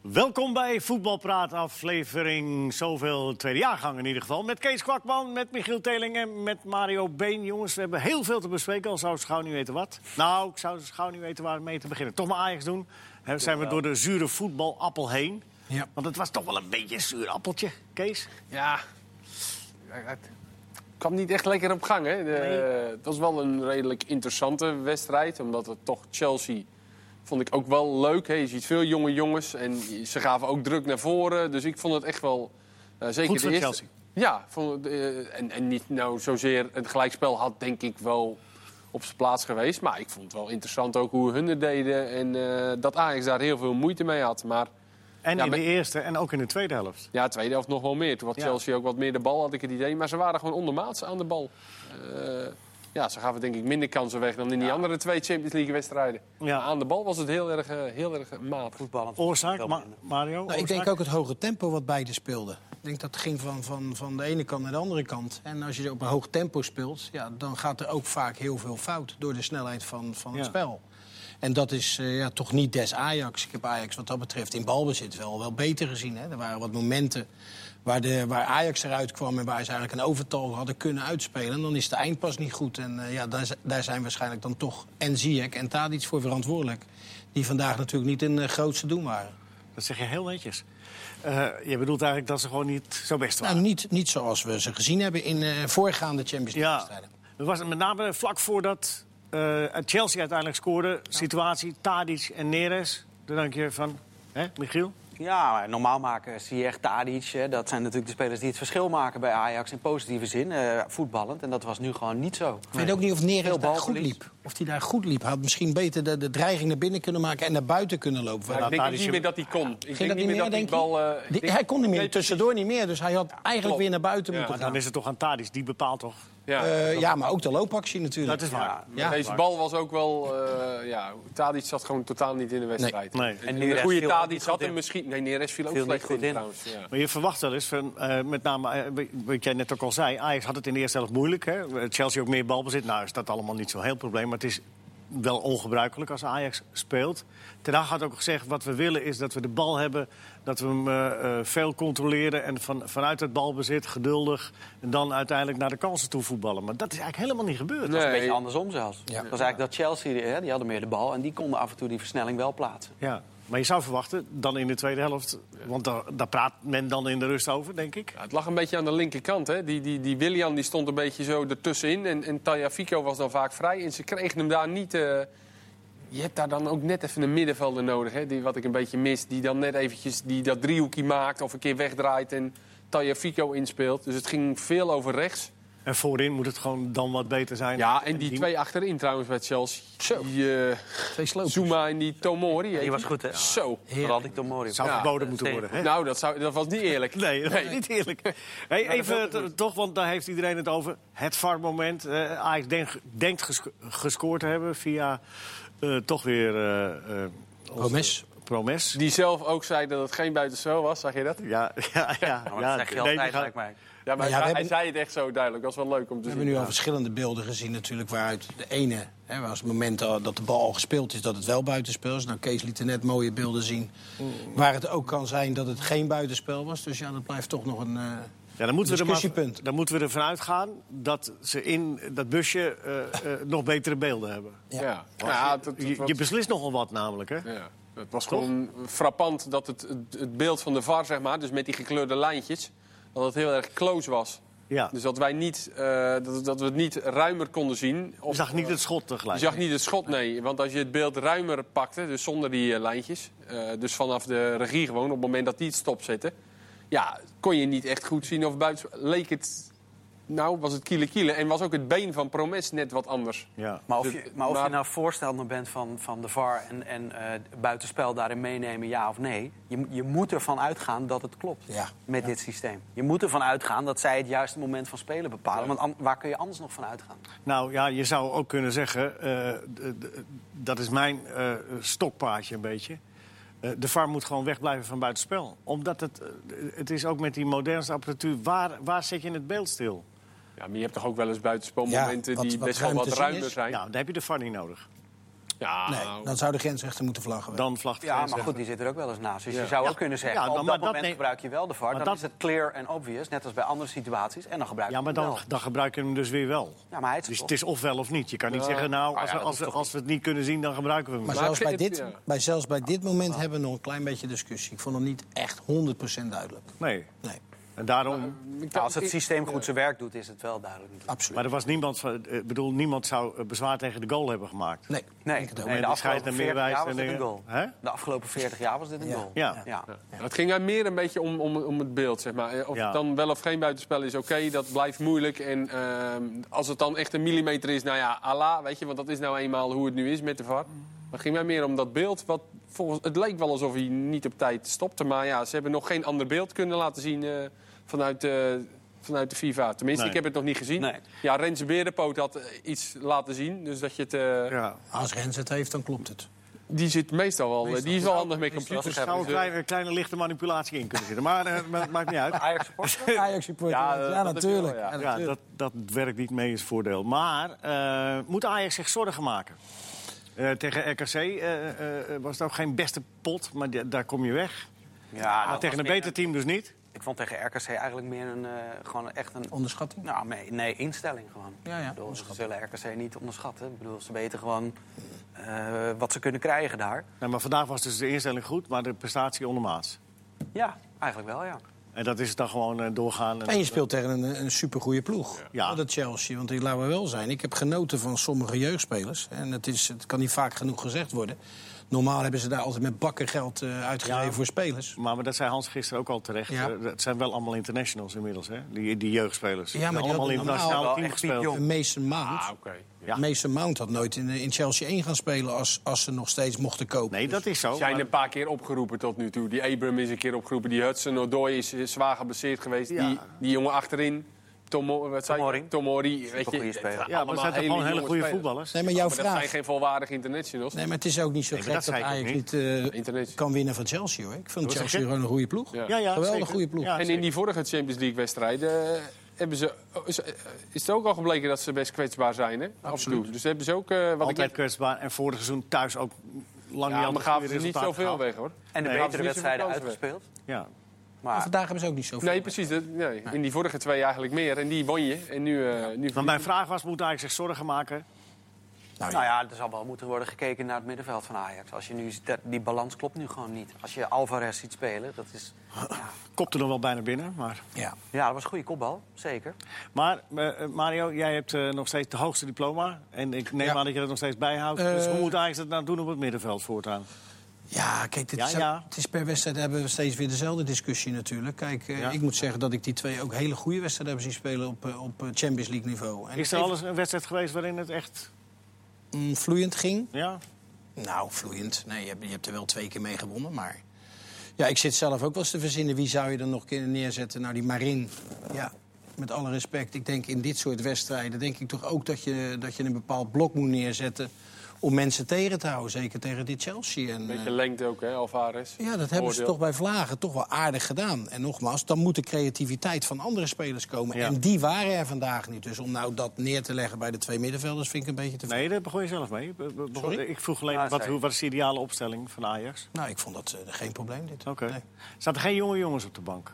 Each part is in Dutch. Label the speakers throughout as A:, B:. A: Welkom bij Voetbalpraat, aflevering zoveel tweede jaargang in ieder geval. Met Kees Kwakman, met Michiel Teling en met Mario Been. Jongens, we hebben heel veel te bespreken, al zou ze gauw niet weten wat. Nou, ik zou ze gauw niet weten waar mee te beginnen. Toch maar Ajax doen. Hè, zijn we door de zure voetbalappel heen.
B: Ja.
A: Want het was toch wel een beetje een zuur appeltje, Kees.
B: Ja, het kwam niet echt lekker op gang. Hè? De, Het was wel een redelijk interessante wedstrijd. Omdat het toch Chelsea vond ik ook wel leuk. Hè? Je ziet veel jonge jongens en ze gaven ook druk naar voren. Dus ik vond het echt wel... eh, zeker
A: Goed voor
B: de eerste,
A: Chelsea.
B: Ja, vond, het, eh, en, en niet nou zozeer het gelijkspel had denk ik wel op zijn plaats geweest. Maar ik vond het wel interessant ook hoe hun het deden. En eh, dat Ajax daar heel veel moeite mee had. Maar
A: En
B: Ja,
A: in
B: maar-
A: de eerste en ook in de tweede helft.
B: Ja, tweede helft nog wel meer. Toen had
A: Ja.
B: Chelsea ook wat meer de bal, had ik het idee. Maar ze waren gewoon ondermaats aan de bal. Eh, ja, ze gaven denk ik minder kansen weg dan in die andere twee Champions League-wedstrijden.
A: Ja.
B: Aan de bal was het heel erg, eh, heel erg matig.
C: voetballend.
A: Oorzaak,
C: Wel
A: Ma-
C: minder.
A: Mario?
D: Nou, ik denk
A: oorzaak?
D: ook het hoge tempo wat beide speelden. Ik denk dat het ging van, van, van de ene kant naar de andere kant. En als je op een hoog tempo speelt, ja, dan gaat er ook vaak heel veel fout door de snelheid van, van het
A: Ja.
D: spel. En dat is eh, ja, toch niet des Ajax. Ik heb Ajax wat dat betreft in balbezit wel, wel beter gezien. Hè? Er waren wat momenten waar, de, waar Ajax eruit kwam en waar ze eigenlijk een overtal hadden kunnen uitspelen. En dan is de eindpas niet goed. En eh, ja, daar, z- daar zijn waarschijnlijk dan toch en Ziyech en Tadic voor verantwoordelijk. Die vandaag natuurlijk niet in eh, grootste doen waren.
A: Dat zeg je heel netjes. Eh, je bedoelt eigenlijk dat ze gewoon niet zo best waren.
D: Nou, niet, niet zoals we ze gezien hebben in eh, voorgaande Champions
A: Ja,
D: League-wedstrijden.
A: dat was met name vlak voordat eh, Chelsea uiteindelijk scoorde. Situatie, Tadic en Neres. Dan denk je van, hè, Michiel?
C: Ja, maar normaal maken Ziyech, Tadic, hè, dat zijn natuurlijk de spelers die het verschil maken bij Ajax in positieve zin, eh, voetballend. En dat was nu gewoon niet zo.
D: Ik weet ook niet of
C: Veel
D: Neres daar goed
C: balverlies.
D: liep. Of hij daar goed liep. Hij had misschien beter de, de dreiging naar binnen kunnen maken en naar buiten kunnen lopen.
B: Maar
D: Ging
B: ik denk
A: Tadic-
B: ook niet meer dat hij kon. Ik denk
D: dat
B: niet meer dat die
D: denk je?
B: bal... eh, ik
D: Die-
B: denk-
D: hij kon niet meer,
B: Nee,
D: tussendoor niet meer. Dus hij had eigenlijk
B: klopt.
D: weer naar buiten
B: Ja.
D: moeten
A: Maar dan
D: gaan.
A: is het toch aan Tadic, die bepaalt toch?
B: Ja.
D: Eh, ja, maar ook de loopactie natuurlijk.
A: Dat is waar.
D: Ja.
B: Deze bal was ook wel... eh ja, Tadic zat gewoon totaal niet in de wedstrijd.
A: Nee. Nee.
B: En,
C: En
B: de
C: Neres
B: goede
C: viel ook
B: Tadic
C: niet
B: had
C: goed
B: hem
C: in.
B: misschien... Nee, Neres viel ook
C: Viel
B: slecht
C: niet goed
B: in
C: in.
B: trouwens. Ja.
A: Maar je verwacht wel eens, van, eh, met name eh, wat jij net ook al zei... Ajax had het in de eerste helft moeilijk. Hè? Chelsea ook meer balbezit. Nou is dat allemaal niet zo'n heel probleem. Maar het is wel ongebruikelijk als Ajax speelt. Ten Hag had ook gezegd, wat we willen is dat we de bal hebben... dat we hem eh, eh, veel controleren en van, vanuit het balbezit geduldig... en dan uiteindelijk naar de kansen toe voetballen. Maar dat is eigenlijk helemaal niet gebeurd.
B: Nee.
C: Een beetje andersom zelfs. Dat was eigenlijk dat Chelsea, die, hè, die hadden meer de bal en die konden af en toe die versnelling wel plaatsen.
A: Ja. Maar je zou verwachten, dan in de tweede helft... want daar, daar praat men dan in de rust over, denk ik.
B: Ja, het lag een beetje aan de linkerkant. Hè? Die, die, die Willian die stond een beetje zo ertussenin. En, en Tagliafico was dan vaak vrij. En ze kregen hem daar niet. eh, je hebt daar dan ook net even een middenvelder nodig. Hè? Die, wat ik een beetje mis. Die dan net eventjes die, dat driehoekje maakt. Of een keer wegdraait. En Tagliafico inspeelt. Dus het ging veel over rechts.
A: En voorin moet het gewoon dan wat beter zijn.
B: Ja, en die
A: die-
B: twee achterin trouwens bij Chelsea.
D: Zo.
B: Die, eh,
D: Twee slopers.
B: Zuma en die Tomori. heet
C: Die was goed, hè?
B: Zo.
C: Vooral ik door Mori.
A: zou
B: Ja,
A: verboden moeten
C: tegen-
A: worden. Hè?
B: Nou, dat, zou, dat was niet eerlijk.
A: Nee, dat is niet eerlijk.
C: Nou,
A: Hey, even t- toch, want daar heeft iedereen het over. Het VAR-moment. Eh, Ajax denk- denkt gesco- gescoord te hebben via eh, toch weer... eh, eh, onze-
D: Promes.
A: Promes.
B: Die zelf ook zei dat het geen buitenspel was. Zag je dat?
A: Ja, ja, ja.
C: Maar
A: ja,
C: dat zeg je
A: nee,
C: altijd,
A: die gaat-
C: lijkt mij.
B: Ja,
D: Nou
B: maar
D: ja, we
B: hij,
D: hebben-
B: hij zei het echt zo duidelijk. Dat was wel leuk om
D: We
B: te zien.
D: hebben nu al verschillende beelden gezien natuurlijk waaruit de ene... Hè, als het moment al- dat de bal al gespeeld is, dat het wel buitenspel is. Nou, Kees liet er net mooie beelden zien
B: Mm.
D: waar het ook kan zijn dat het geen buitenspel was. Dus ja, dat blijft toch nog een... eh,
A: Ja, dan moeten, we er maar,
D: Discussiepunt.
A: dan moeten we ervan uitgaan dat ze in dat busje eh, eh, nog betere beelden hebben.
B: Ja,
D: Ja.
B: ja.
A: Want
B: het- het-
A: je,
B: het was-
A: je beslist nogal wat namelijk, hè?
B: ja. Het was gewoon frappant dat het, het, het beeld van de VAR, zeg maar, dus met die gekleurde lijntjes, dat het heel erg close was.
A: Ja.
B: Dus dat wij niet, eh, dat, dat we het niet ruimer konden zien. Of,
A: Je zag niet het schot tegelijk.
B: Je zag niet het schot, nee. Want als je het beeld ruimer pakte, dus zonder die eh, lijntjes, eh, dus vanaf de regie gewoon, op het moment dat die het stopzette, ja, kon je niet echt goed zien of buiten leek het. Nou, was het kiele kiele en was ook het been van Promes net wat anders.
A: Ja.
C: Maar of, je, maar of je
B: Maar-
C: nou voorstander bent van, van de VAR en, en eh, buitenspel daarin meenemen, ja of nee... je, je moet ervan uitgaan dat het klopt
D: Ja.
C: met dit systeem. Je moet ervan uitgaan dat zij het juiste moment van spelen bepalen. Want an- waar kun je anders nog van uitgaan?
A: Nou ja, je zou ook kunnen zeggen, eh, d- d- dat is mijn eh, stokpaardje een beetje. Eh, de VAR moet gewoon wegblijven van buitenspel. Omdat het, eh, het is ook met die modernste apparatuur, waar, waar zet je het beeld stil?
B: Ja, maar je hebt toch ook wel eens buitenspelmomenten
D: Ja, wat-
B: die
D: wat
B: best wel
D: ruim
B: wat
D: te zien
B: ruimer
D: is.
B: zijn.
A: Nou, dan heb je de VAR niet nodig.
B: Ja,
D: Nee, dan zou de grensrechter moeten vlaggen. weg.
A: Dan vlacht
C: Ja, maar
A: grensrechter.
C: goed, die zit er ook wel eens naast. Dus je zou ook kunnen zeggen,
A: Ja, dan-
C: op
A: maar
C: dat
A: dat
C: moment
A: neem-
C: gebruik je wel de VAR. Dan
A: Maar dat-
C: is het clear en obvious, net als bij andere situaties. En dan gebruik je
A: Ja, maar
C: hem
A: dan,
C: wel.
A: dan gebruik je hem dus weer wel.
C: Ja, maar hij is
A: Dus
C: toch- Ah,
A: het is of wel of niet. Je kan niet zeggen, nou, als, we, als, we, als we het niet kunnen zien, dan gebruiken we hem.
D: Maar,
A: niet.
B: Maar
D: zelfs,
B: ik
D: bij
B: vind
D: dit,
B: het- Ah. ja.
D: bij, zelfs bij dit moment hebben we nog een klein beetje discussie. Ik vond het niet echt 100% duidelijk.
A: nee.
D: Nee,
A: En daarom...
C: Nou, als het systeem goed zijn werk doet, is het wel duidelijk. natuurlijk.
D: absoluut.
A: Maar er was niemand, van- eh, ik bedoel, niemand zou eh, bezwaar tegen de goal hebben gemaakt.
D: Nee,
C: Nee,
D: ik het ook.
C: nee, de
A: die scheidt
C: afgelopen
A: naar
C: 40
A: meerwijs
C: jaar was
A: en
C: dit een
A: dingen.
C: goal.
A: Hè?
C: De afgelopen 40 jaar was dit een
D: Ja.
C: goal.
A: Ja.
B: Ja, Het ging mij meer een beetje om, om, om het beeld, zeg maar. Eh, Of
A: Ja.
B: het dan wel of geen buitenspel is, oké, dat blijft moeilijk. En ehm, als het dan echt een millimeter is, nou ja, ala, weet je, want dat is nou eenmaal hoe het nu is met de VAR. Maar het ging mij meer om dat beeld, wat volgens, het leek wel alsof hij niet op tijd stopte. Maar ja, ze hebben nog geen ander beeld kunnen laten zien eh, vanuit, de vanuit de FIFA. Tenminste,
A: Nee.
B: ik heb het nog niet gezien.
C: Nee.
B: Ja, Renze Berenpoot had eh, iets laten zien, dus dat je het... eh,
A: Ja.
D: Als Rens het heeft, dan klopt het.
B: Die zit meestal wel, eh, die is wel handig met
A: Er
B: computers.
C: dus,
A: zou een
C: eh,
A: kleine, kleine lichte manipulatie in kunnen zitten. Maar eh, maar het maakt niet uit.
C: Ajax supporter?
D: Ajax supporter.
B: Ja,
D: Ja,
B: eh, dat heb je
D: natuurlijk.
B: wel, ja.
D: Ja,
A: Ja,
D: natuurlijk.
A: dat, dat werkt niet mee is voordeel. Maar eh, moet Ajax zich zorgen maken? Eh, tegen RKC eh, eh, was het ook geen beste pot, maar da- daar kom je weg.
C: Ja,
A: maar
C: dat
A: tegen
C: nou, was
A: een
C: meer
A: beter team dus niet.
C: Ik vond tegen RKC eigenlijk meer een, eh, gewoon echt een...
D: Onderschatting.
C: Nou, nee, nee, instelling gewoon.
D: Ja, ja,
C: Ik bedoel, ze zullen RKC niet onderschatten. Ik bedoel, ze weten gewoon eh, wat ze kunnen krijgen daar.
A: Nou, maar vandaag was dus de instelling goed, maar de prestatie ondermaats.
C: Ja, eigenlijk wel, ja.
A: En dat is dan gewoon eh, doorgaan. En,
D: En je speelt tegen een, een supergoeie ploeg.
A: Ja.
D: Ja. Dat Chelsea, want die laten we wel zijn. Ik heb genoten van sommige jeugdspelers. En het, is, het kan niet vaak genoeg gezegd worden. Normaal hebben ze daar altijd met bakken geld eh, uitgegeven
A: Ja.
D: voor spelers.
A: Maar, maar dat zei Hans gisteren ook al terecht.
D: Ja.
A: Eh, het zijn wel allemaal internationals inmiddels, hè? Die, die jeugdspelers.
D: Ja, maar die
A: allemaal
D: hadden
A: in het nationale
C: normaal
A: team
C: wel echt niet
A: gespeeld.
C: jong.
D: En Mason Mount,
B: Ah, oké.
A: Ja.
D: Mason Mount had nooit in, eh, in Chelsea 1 gaan spelen... als, als ze nog steeds mochten kopen.
A: Nee, dat is zo.
B: Zijn
A: maar-
B: een paar keer opgeroepen tot nu toe. Die Abram is een keer opgeroepen. Die Hudson Odoi is eh, zwaar geblesseerd geweest.
A: Ja.
B: Die, die jongen achterin, Tomo, wat zei je?
C: Tomori.
B: Tomori. Weet je,
C: Supergoeie speler. Ja, maar
A: ja, maar dat
B: allemaal
A: zijn toch gewoon hele
B: jonge
A: goede
B: spelers.
A: voetballers.
D: Nee, maar jouw
B: Maar dat zijn
D: vraag...
B: geen volwaardige internationals.
D: Nee, maar het is ook niet zo
A: Nee, maar
D: gek
A: dat
D: dat,
A: zei ik ook
D: Ajax
A: niet.
D: niet eh,
B: Internationals.
D: kan winnen van Chelsea, hoor. Ik vind
A: zeg
D: Chelsea
A: je?
D: gewoon een goede ploeg.
B: Ja.
A: Ja, ja,
D: Geweldig
A: zeker.
D: goede ploeg.
A: Ja,
B: en in
A: zeker.
B: die vorige Champions League wedstrijden eh, hebben ze, oh, is, eh, is het ook al gebleken dat ze best kwetsbaar zijn. Hè? Af en toe. Dus hebben ze ook... eh, wat ik
A: Altijd
B: net-
A: kwetsbaar. En vorig seizoen thuis ook lang
B: ja,
A: niet
B: maar
A: gaven
B: gaven ze niet zoveel weg, hoor.
C: En de
A: Nee,
B: hadden ze
C: betere
B: niet
C: wedstrijden
B: zoveel kansen
C: uitgespeeld.
A: Ja.
D: Maar
C: Maar
D: vandaag hebben ze ook niet zoveel.
B: Nee, precies. dat- nee. In die vorige twee eigenlijk meer. En die won je. En nu, eh, nu verlies
A: Maar
B: je.
A: mijn vraag was, moet Ajax zich zorgen maken?
D: Nou, ja.
C: nou ja, er zal wel moeten worden gekeken naar het middenveld van Ajax. Als je nu, ziet dat- die balans klopt nu gewoon niet. Als je Alvarez ziet spelen, dat is...
A: Kopte nog wel bijna binnen. Maar,
D: Ja.
C: Ja, dat was een goede kopbal, zeker.
A: maar eh, eh, Mario, jij hebt eh, nog steeds het hoogste diploma. En ik neem
D: Ja.
A: aan dat je dat nog steeds bijhoudt. dus
D: Eh.
A: hoe moet Ajax dat nou doen op het middenveld voortaan?
D: Ja, kijk, dit
A: Ja,
D: is ook-
A: ja.
D: het is per wedstrijd hebben we steeds weer dezelfde discussie natuurlijk. Kijk, eh,
A: Ja.
D: ik moet zeggen dat ik die twee ook hele goede wedstrijden heb zien spelen op, eh, op eh, Champions League niveau. En
A: Is er
D: even-
A: al eens een wedstrijd geweest waarin het echt...
D: mm, vloeiend ging?
A: Ja?
D: Nou, vloeiend. Nee, je hebt, je hebt er wel twee keer mee gewonnen, maar... Ja, ik zit zelf ook wel eens te verzinnen. Wie zou je dan nog kunnen neerzetten? Nou, die Marin. Ja, met alle respect. Ik denk in dit soort wedstrijden... denk ik toch ook dat je, dat je een bepaald blok moet neerzetten... om mensen tegen te houden. Zeker tegen dit Chelsea. En,
B: Beetje
D: eh,
B: lengte ook, hè, Alvarez.
D: Ja, dat hebben ze
B: Oordeel.
D: toch bij Vlagen toch wel aardig gedaan. En nogmaals, dan moet de creativiteit van andere spelers komen.
A: Ja.
D: En die waren er vandaag niet. Dus om nou dat neer te leggen bij de twee middenvelders vind ik een beetje te veel.
A: Nee, daar begon je zelf mee. Be- be- begon-
D: Sorry?
A: Ik vroeg alleen,
C: Ah,
A: wat,
C: sorry.
A: hoe- wat is de ideale opstelling van Ajax?
D: Nou, ik vond dat eh, geen probleem dit.
A: Oké.
D: Nee.
A: Staan er geen jonge jongens op de bank?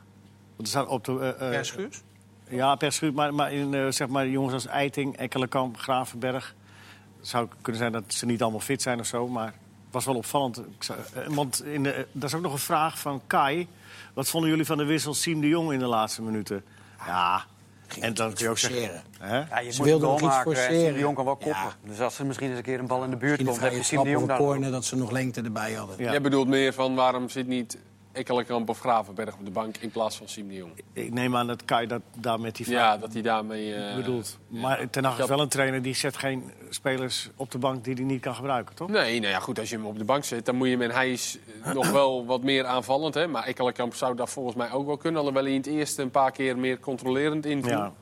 A: Want er staan op de... eh, eh,
D: Ja, Schuurs?
A: Ja, per schuur, maar, maar in, eh, zeg maar jongens als Eiting, Ekkelenkamp, Gravenberg. Het zou kunnen zijn dat ze niet allemaal fit zijn of zo, maar het was wel opvallend. Ik zou- eh, want in de, eh, dat is ook nog een vraag van Kai. Wat vonden jullie van de wissel Siem de Jong in de laatste minuten? Ja, en dan kun je ook zeggen... Hè?
C: Ja, je
D: Ze
C: moet
D: wilden
C: een
D: nog
C: goal
D: iets
C: maken en
D: forceren.
C: Siem de Jong kan wel koppen.
D: Ja.
C: Dus als er misschien eens een keer een bal in de buurt
D: In de
C: komt... heb
D: vrije
C: je Siem de
D: trap of
C: Jong
D: een
C: daar
D: corner dat ze nog lengte erbij hadden.
A: Ja.
B: Jij bedoelt meer van waarom zit niet Ekkelenkamp of Gravenberg op de bank in plaats van Siem de Jong?
A: Ik neem aan dat Kai dat daar met die vraag
B: Ja, dat hij daarmee... eh,
A: bedoelt. Maar Ten Hag is
B: Dat-
A: wel een trainer die zet geen spelers op de bank die hij niet kan gebruiken, toch?
B: Nee, nou ja, goed, als je hem op de bank zet, dan moet je hem... En hij is eh, nog wel wat meer aanvallend, hè. Maar Ekkelenkamp zou dat volgens mij ook wel kunnen. Alhoewel hij in het eerste een paar keer meer controlerend inviel.
A: Ja.
B: Ja.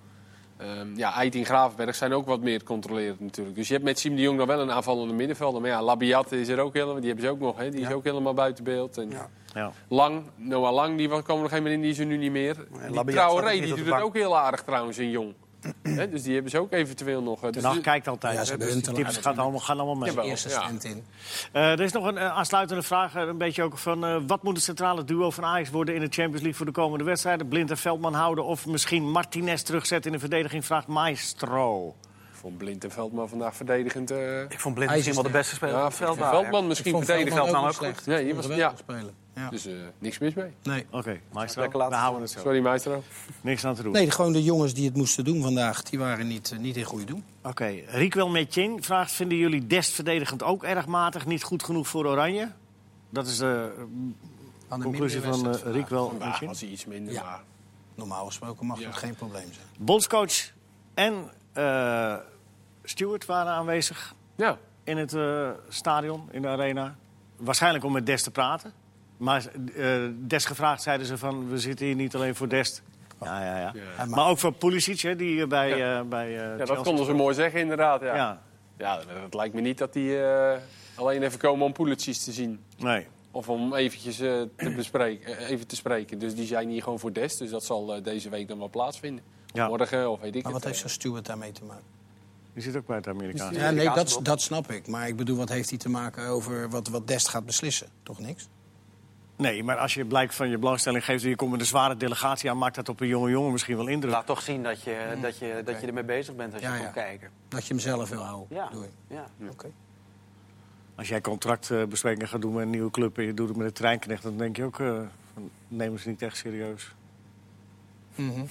B: ja, Eiting Gravenberg zijn ook wat meer controlerend natuurlijk. Dus je hebt met Siem de Jong dan wel een aanvallende middenvelder. Maar ja, Labiate is er ook helemaal... Die hebben ze ook nog, hè. Die is ook helemaal buiten beeld. En...
A: Ja.
B: Lang, Noah Lang, die kwam er nog een in, die is er nu niet meer. Die
C: Labiat zat ook
B: Traoré,
C: niet
B: die
C: op de
B: doet het
C: bank.
B: ook heel aardig trouwens in Jong. Hè, dus die hebben ze ook eventueel nog. eh,
A: De
B: Dus
A: nacht
B: die-
A: kijkt altijd.
D: Ja,
A: Ja,
D: ze hebben
A: dus die
D: Huntelaar
A: tips gaan allemaal, gaan allemaal mee.
B: Ja, wel.
D: Eerste stand in.
A: Eh, er is nog een eh, aansluitende vraag. eh, Een beetje ook van, eh, wat moet het centrale duo van Ajax worden in de Champions League voor de komende wedstrijden? Blind en Veldman houden of misschien Martinez terugzetten in de verdediging? Vraagt Maestro.
B: Ik vond Blind en Veldman vandaag verdedigend. eh,
C: Ik vond Blind
D: Hij is
C: misschien wel de
D: sterk.
C: beste speler
B: ja,
C: op het veld. daar.
B: Veldman misschien verdedigend.
C: Veldman ook
D: ook
C: goed.
D: slecht.
B: Ja, je was-
D: geweldig
B: ja.
D: spelen. Ja.
B: Dus eh, niks mis mee.
D: Nee.
A: Oké, Maestro.
C: Lekker
A: Daar
C: laten
A: houden we het zo.
B: Sorry, maestro.
A: Niks aan te doen.
D: nee, gewoon de jongens die het moesten doen vandaag, die waren niet, eh, niet in goede doen.
A: Oké, Riquel Metjen vraagt: Vinden jullie Dest verdedigend ook erg matig, niet goed genoeg voor Oranje? Dat is de eh,
D: Aan de
A: conclusie
D: mindere
A: van eh,
D: wedstrijd
A: Riquel
B: Vandaag
A: Metjen.
B: was hij iets minder.
D: Ja.
B: Maar
D: vandaag. Normaal gesproken mag
B: Ja.
D: dat geen probleem zijn.
A: Bondscoach en eh Stewart waren aanwezig
B: ja.
A: in het eh, stadion, in de arena. Waarschijnlijk om met Dest te praten. Maar eh Dest gevraagd zeiden ze van... we zitten hier niet alleen voor Dest. Ja, ja, ja.
B: Ja.
A: Maar ook voor Pulisic, hè, die eh, bij,
B: Ja.
A: eh, bij eh,
B: ja, dat
A: Chelsea-
B: konden ze mooi zeggen, inderdaad. Ja.
A: Ja,
B: Ja, het lijkt me niet dat die eh, alleen even komen om Pulitjes te zien.
A: nee.
B: Of om eventjes eh, te bespreken, eh, even te spreken. Dus die zijn hier gewoon voor Des. Dus dat zal eh, deze week dan wel plaatsvinden.
A: Ja.
B: Morgen eh, of weet ik
D: Maar wat
B: het.
D: heeft zo'n steward daarmee te maken?
A: Die zit ook bij het Amerikaanse.
D: Ja, nee,
C: Amerikaanse
D: dat,
C: blok.
D: dat snap ik. Maar ik bedoel, wat heeft hij te maken over wat, wat Dest gaat beslissen? Toch niks?
A: Nee, maar als je blijk van je belangstelling geeft... en je komt met een zware delegatie aan... maakt dat op een jonge jongen misschien wel indruk.
C: Laat toch zien dat je, dat je, dat je ermee bezig bent als je
D: Mm. Ja,
C: komt
D: ja.
C: kijken.
D: Dat je hem zelf wil houden.
C: Ja,
D: Doe je.
C: ja.
D: Oké.
A: Als jij contractbesprekingen gaat doen met een nieuwe club... en je doet het met een treinknecht... dan denk je ook... eh, van, nemen ze niet echt serieus.
D: Mhm.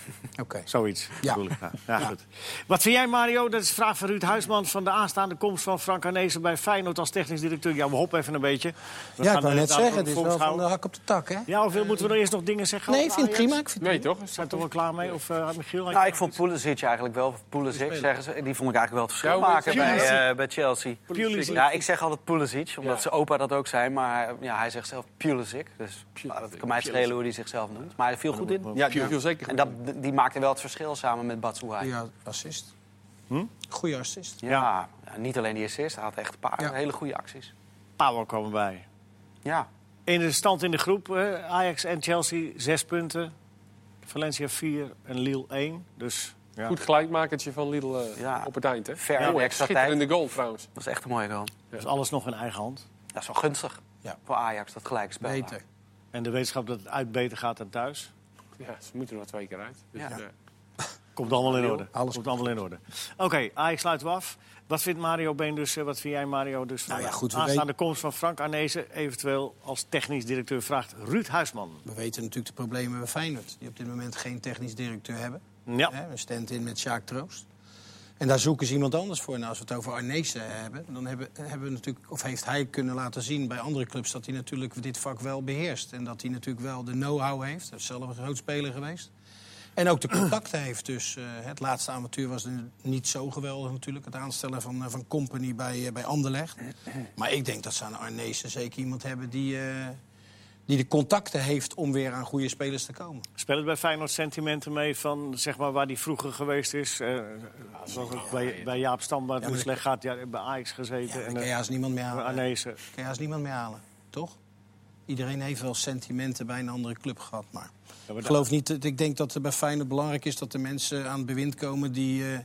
D: Oké.
A: Zoiets.
D: Ja.
A: bedoel ik. Ja. Ja, goed. Wat vind jij, Mario? Dat is een vraag van Ruud Huisman van de aanstaande komst van Frank Arnezen bij Feyenoord als technisch directeur. Ja, we hoppen even een beetje. We
D: Ja,
A: gaan
D: ik wou
A: er
D: net
A: daar ook
D: zeggen, het is wel van de
A: volschouwen.
D: hak op de tak, hè?
A: Ja, of wil- moeten we er eerst nog dingen zeggen?
D: Nee, ik
A: over
D: vind het
A: Ajax?
D: prima. Ik vind het
B: Nee, toch?
A: Zijn we er wel klaar mee? Of eh, Michiel? had je
C: Nou, ik
A: nog
C: vond
A: iets?
C: Pulisic eigenlijk wel. Pulisic, zeggen ze, die vond ik eigenlijk wel het verschil
B: Ja, hoe
C: maken
B: heet hij?
C: bij,
A: Pulisic.
C: eh, bij Chelsea.
A: Pulisic.
C: Ja, ik zeg altijd Pulisic, omdat
B: Ja.
C: zijn opa dat ook zei. Maar ja, hij zegt zelf Pulisic. Dus nou, dat kan mij het schelen hoe hij zichzelf noemt. Maar hij viel goed in.
B: Ja, die viel zeker
C: En
B: goed.
C: dat, die maakte wel het verschil samen met Batshuayi. Ja.
D: Goeie assist.
A: Hm?
D: Goeie assist.
A: Ja.
C: ja, nou, niet alleen die assist, hij had echt een paar
D: Ja.
C: hele goede acties.
A: Power kwam bij.
C: Ja.
A: In de stand in de groep, eh, Ajax en Chelsea, zes punten. Valencia 4 en Lille 1. Dus ja.
B: Goed gelijkmakertje van Lidl eh,
C: Ja.
B: op het eind. Hè?
C: Ver in de
B: Mooi,
C: extra
B: schitterende goal trouwens.
C: Dat is echt een mooie goal.
A: Dus alles nog in eigen hand.
C: Dat is wel gunstig
D: Ja.
C: voor Ajax, dat gelijke spel.
D: Beter.
A: En de wetenschap dat het uit beter gaat dan thuis.
B: Ja, ze moeten er nog twee keer uit. Dus,
C: Ja.
B: eh,
A: Komt allemaal in orde.
D: Alles
A: Komt allemaal in orde. Oké, Ajax sluiten we af. Wat vindt Mario Been dus, eh, wat vind jij Mario dus van
D: Nou ja,
A: de
D: goed, we
A: aanstaande komst van Frank Arnezen... eventueel als technisch directeur vraagt Ruud Huisman.
D: We weten natuurlijk de problemen bij Feyenoord. Die op dit moment geen technisch directeur hebben.
A: Ja.
D: Hè, Een stand-in met Sjaak Troost. En daar zoeken ze iemand anders voor. Nou, als we het over Arnezen hebben, dan hebben, hebben we natuurlijk, of heeft hij kunnen laten zien bij andere clubs dat hij natuurlijk dit vak wel beheerst. En dat hij natuurlijk wel de know-how heeft. Hij is zelf een groot speler geweest. En ook de contacten heeft. Dus eh, het laatste avontuur was nu niet zo geweldig natuurlijk. Het aanstellen van, eh, van Company bij, eh, bij Anderlecht. Maar ik denk dat ze aan Arnezen zeker iemand hebben die, eh, die de contacten heeft om weer aan goede spelers te komen.
A: Spelen bij Feyenoord sentimenten mee van zeg maar, waar hij vroeger geweest is? Eh, zoals het bij, bij Jaap Stam, waar het
D: maar
A: nu slecht gaat. Ja, bij Ajax
D: Ja,
A: gezeten.
D: dan
A: en,
D: kan je
A: eh,
D: haast niemand meer halen.
A: Arnezen.
D: kan je haast niemand meer halen, toch? Iedereen heeft wel sentimenten bij een andere club gehad, maar...
A: maar
D: ik
A: dat-
D: geloof niet, dat- ik denk dat het bij Feyenoord belangrijk is... dat de mensen aan het bewind komen die eh,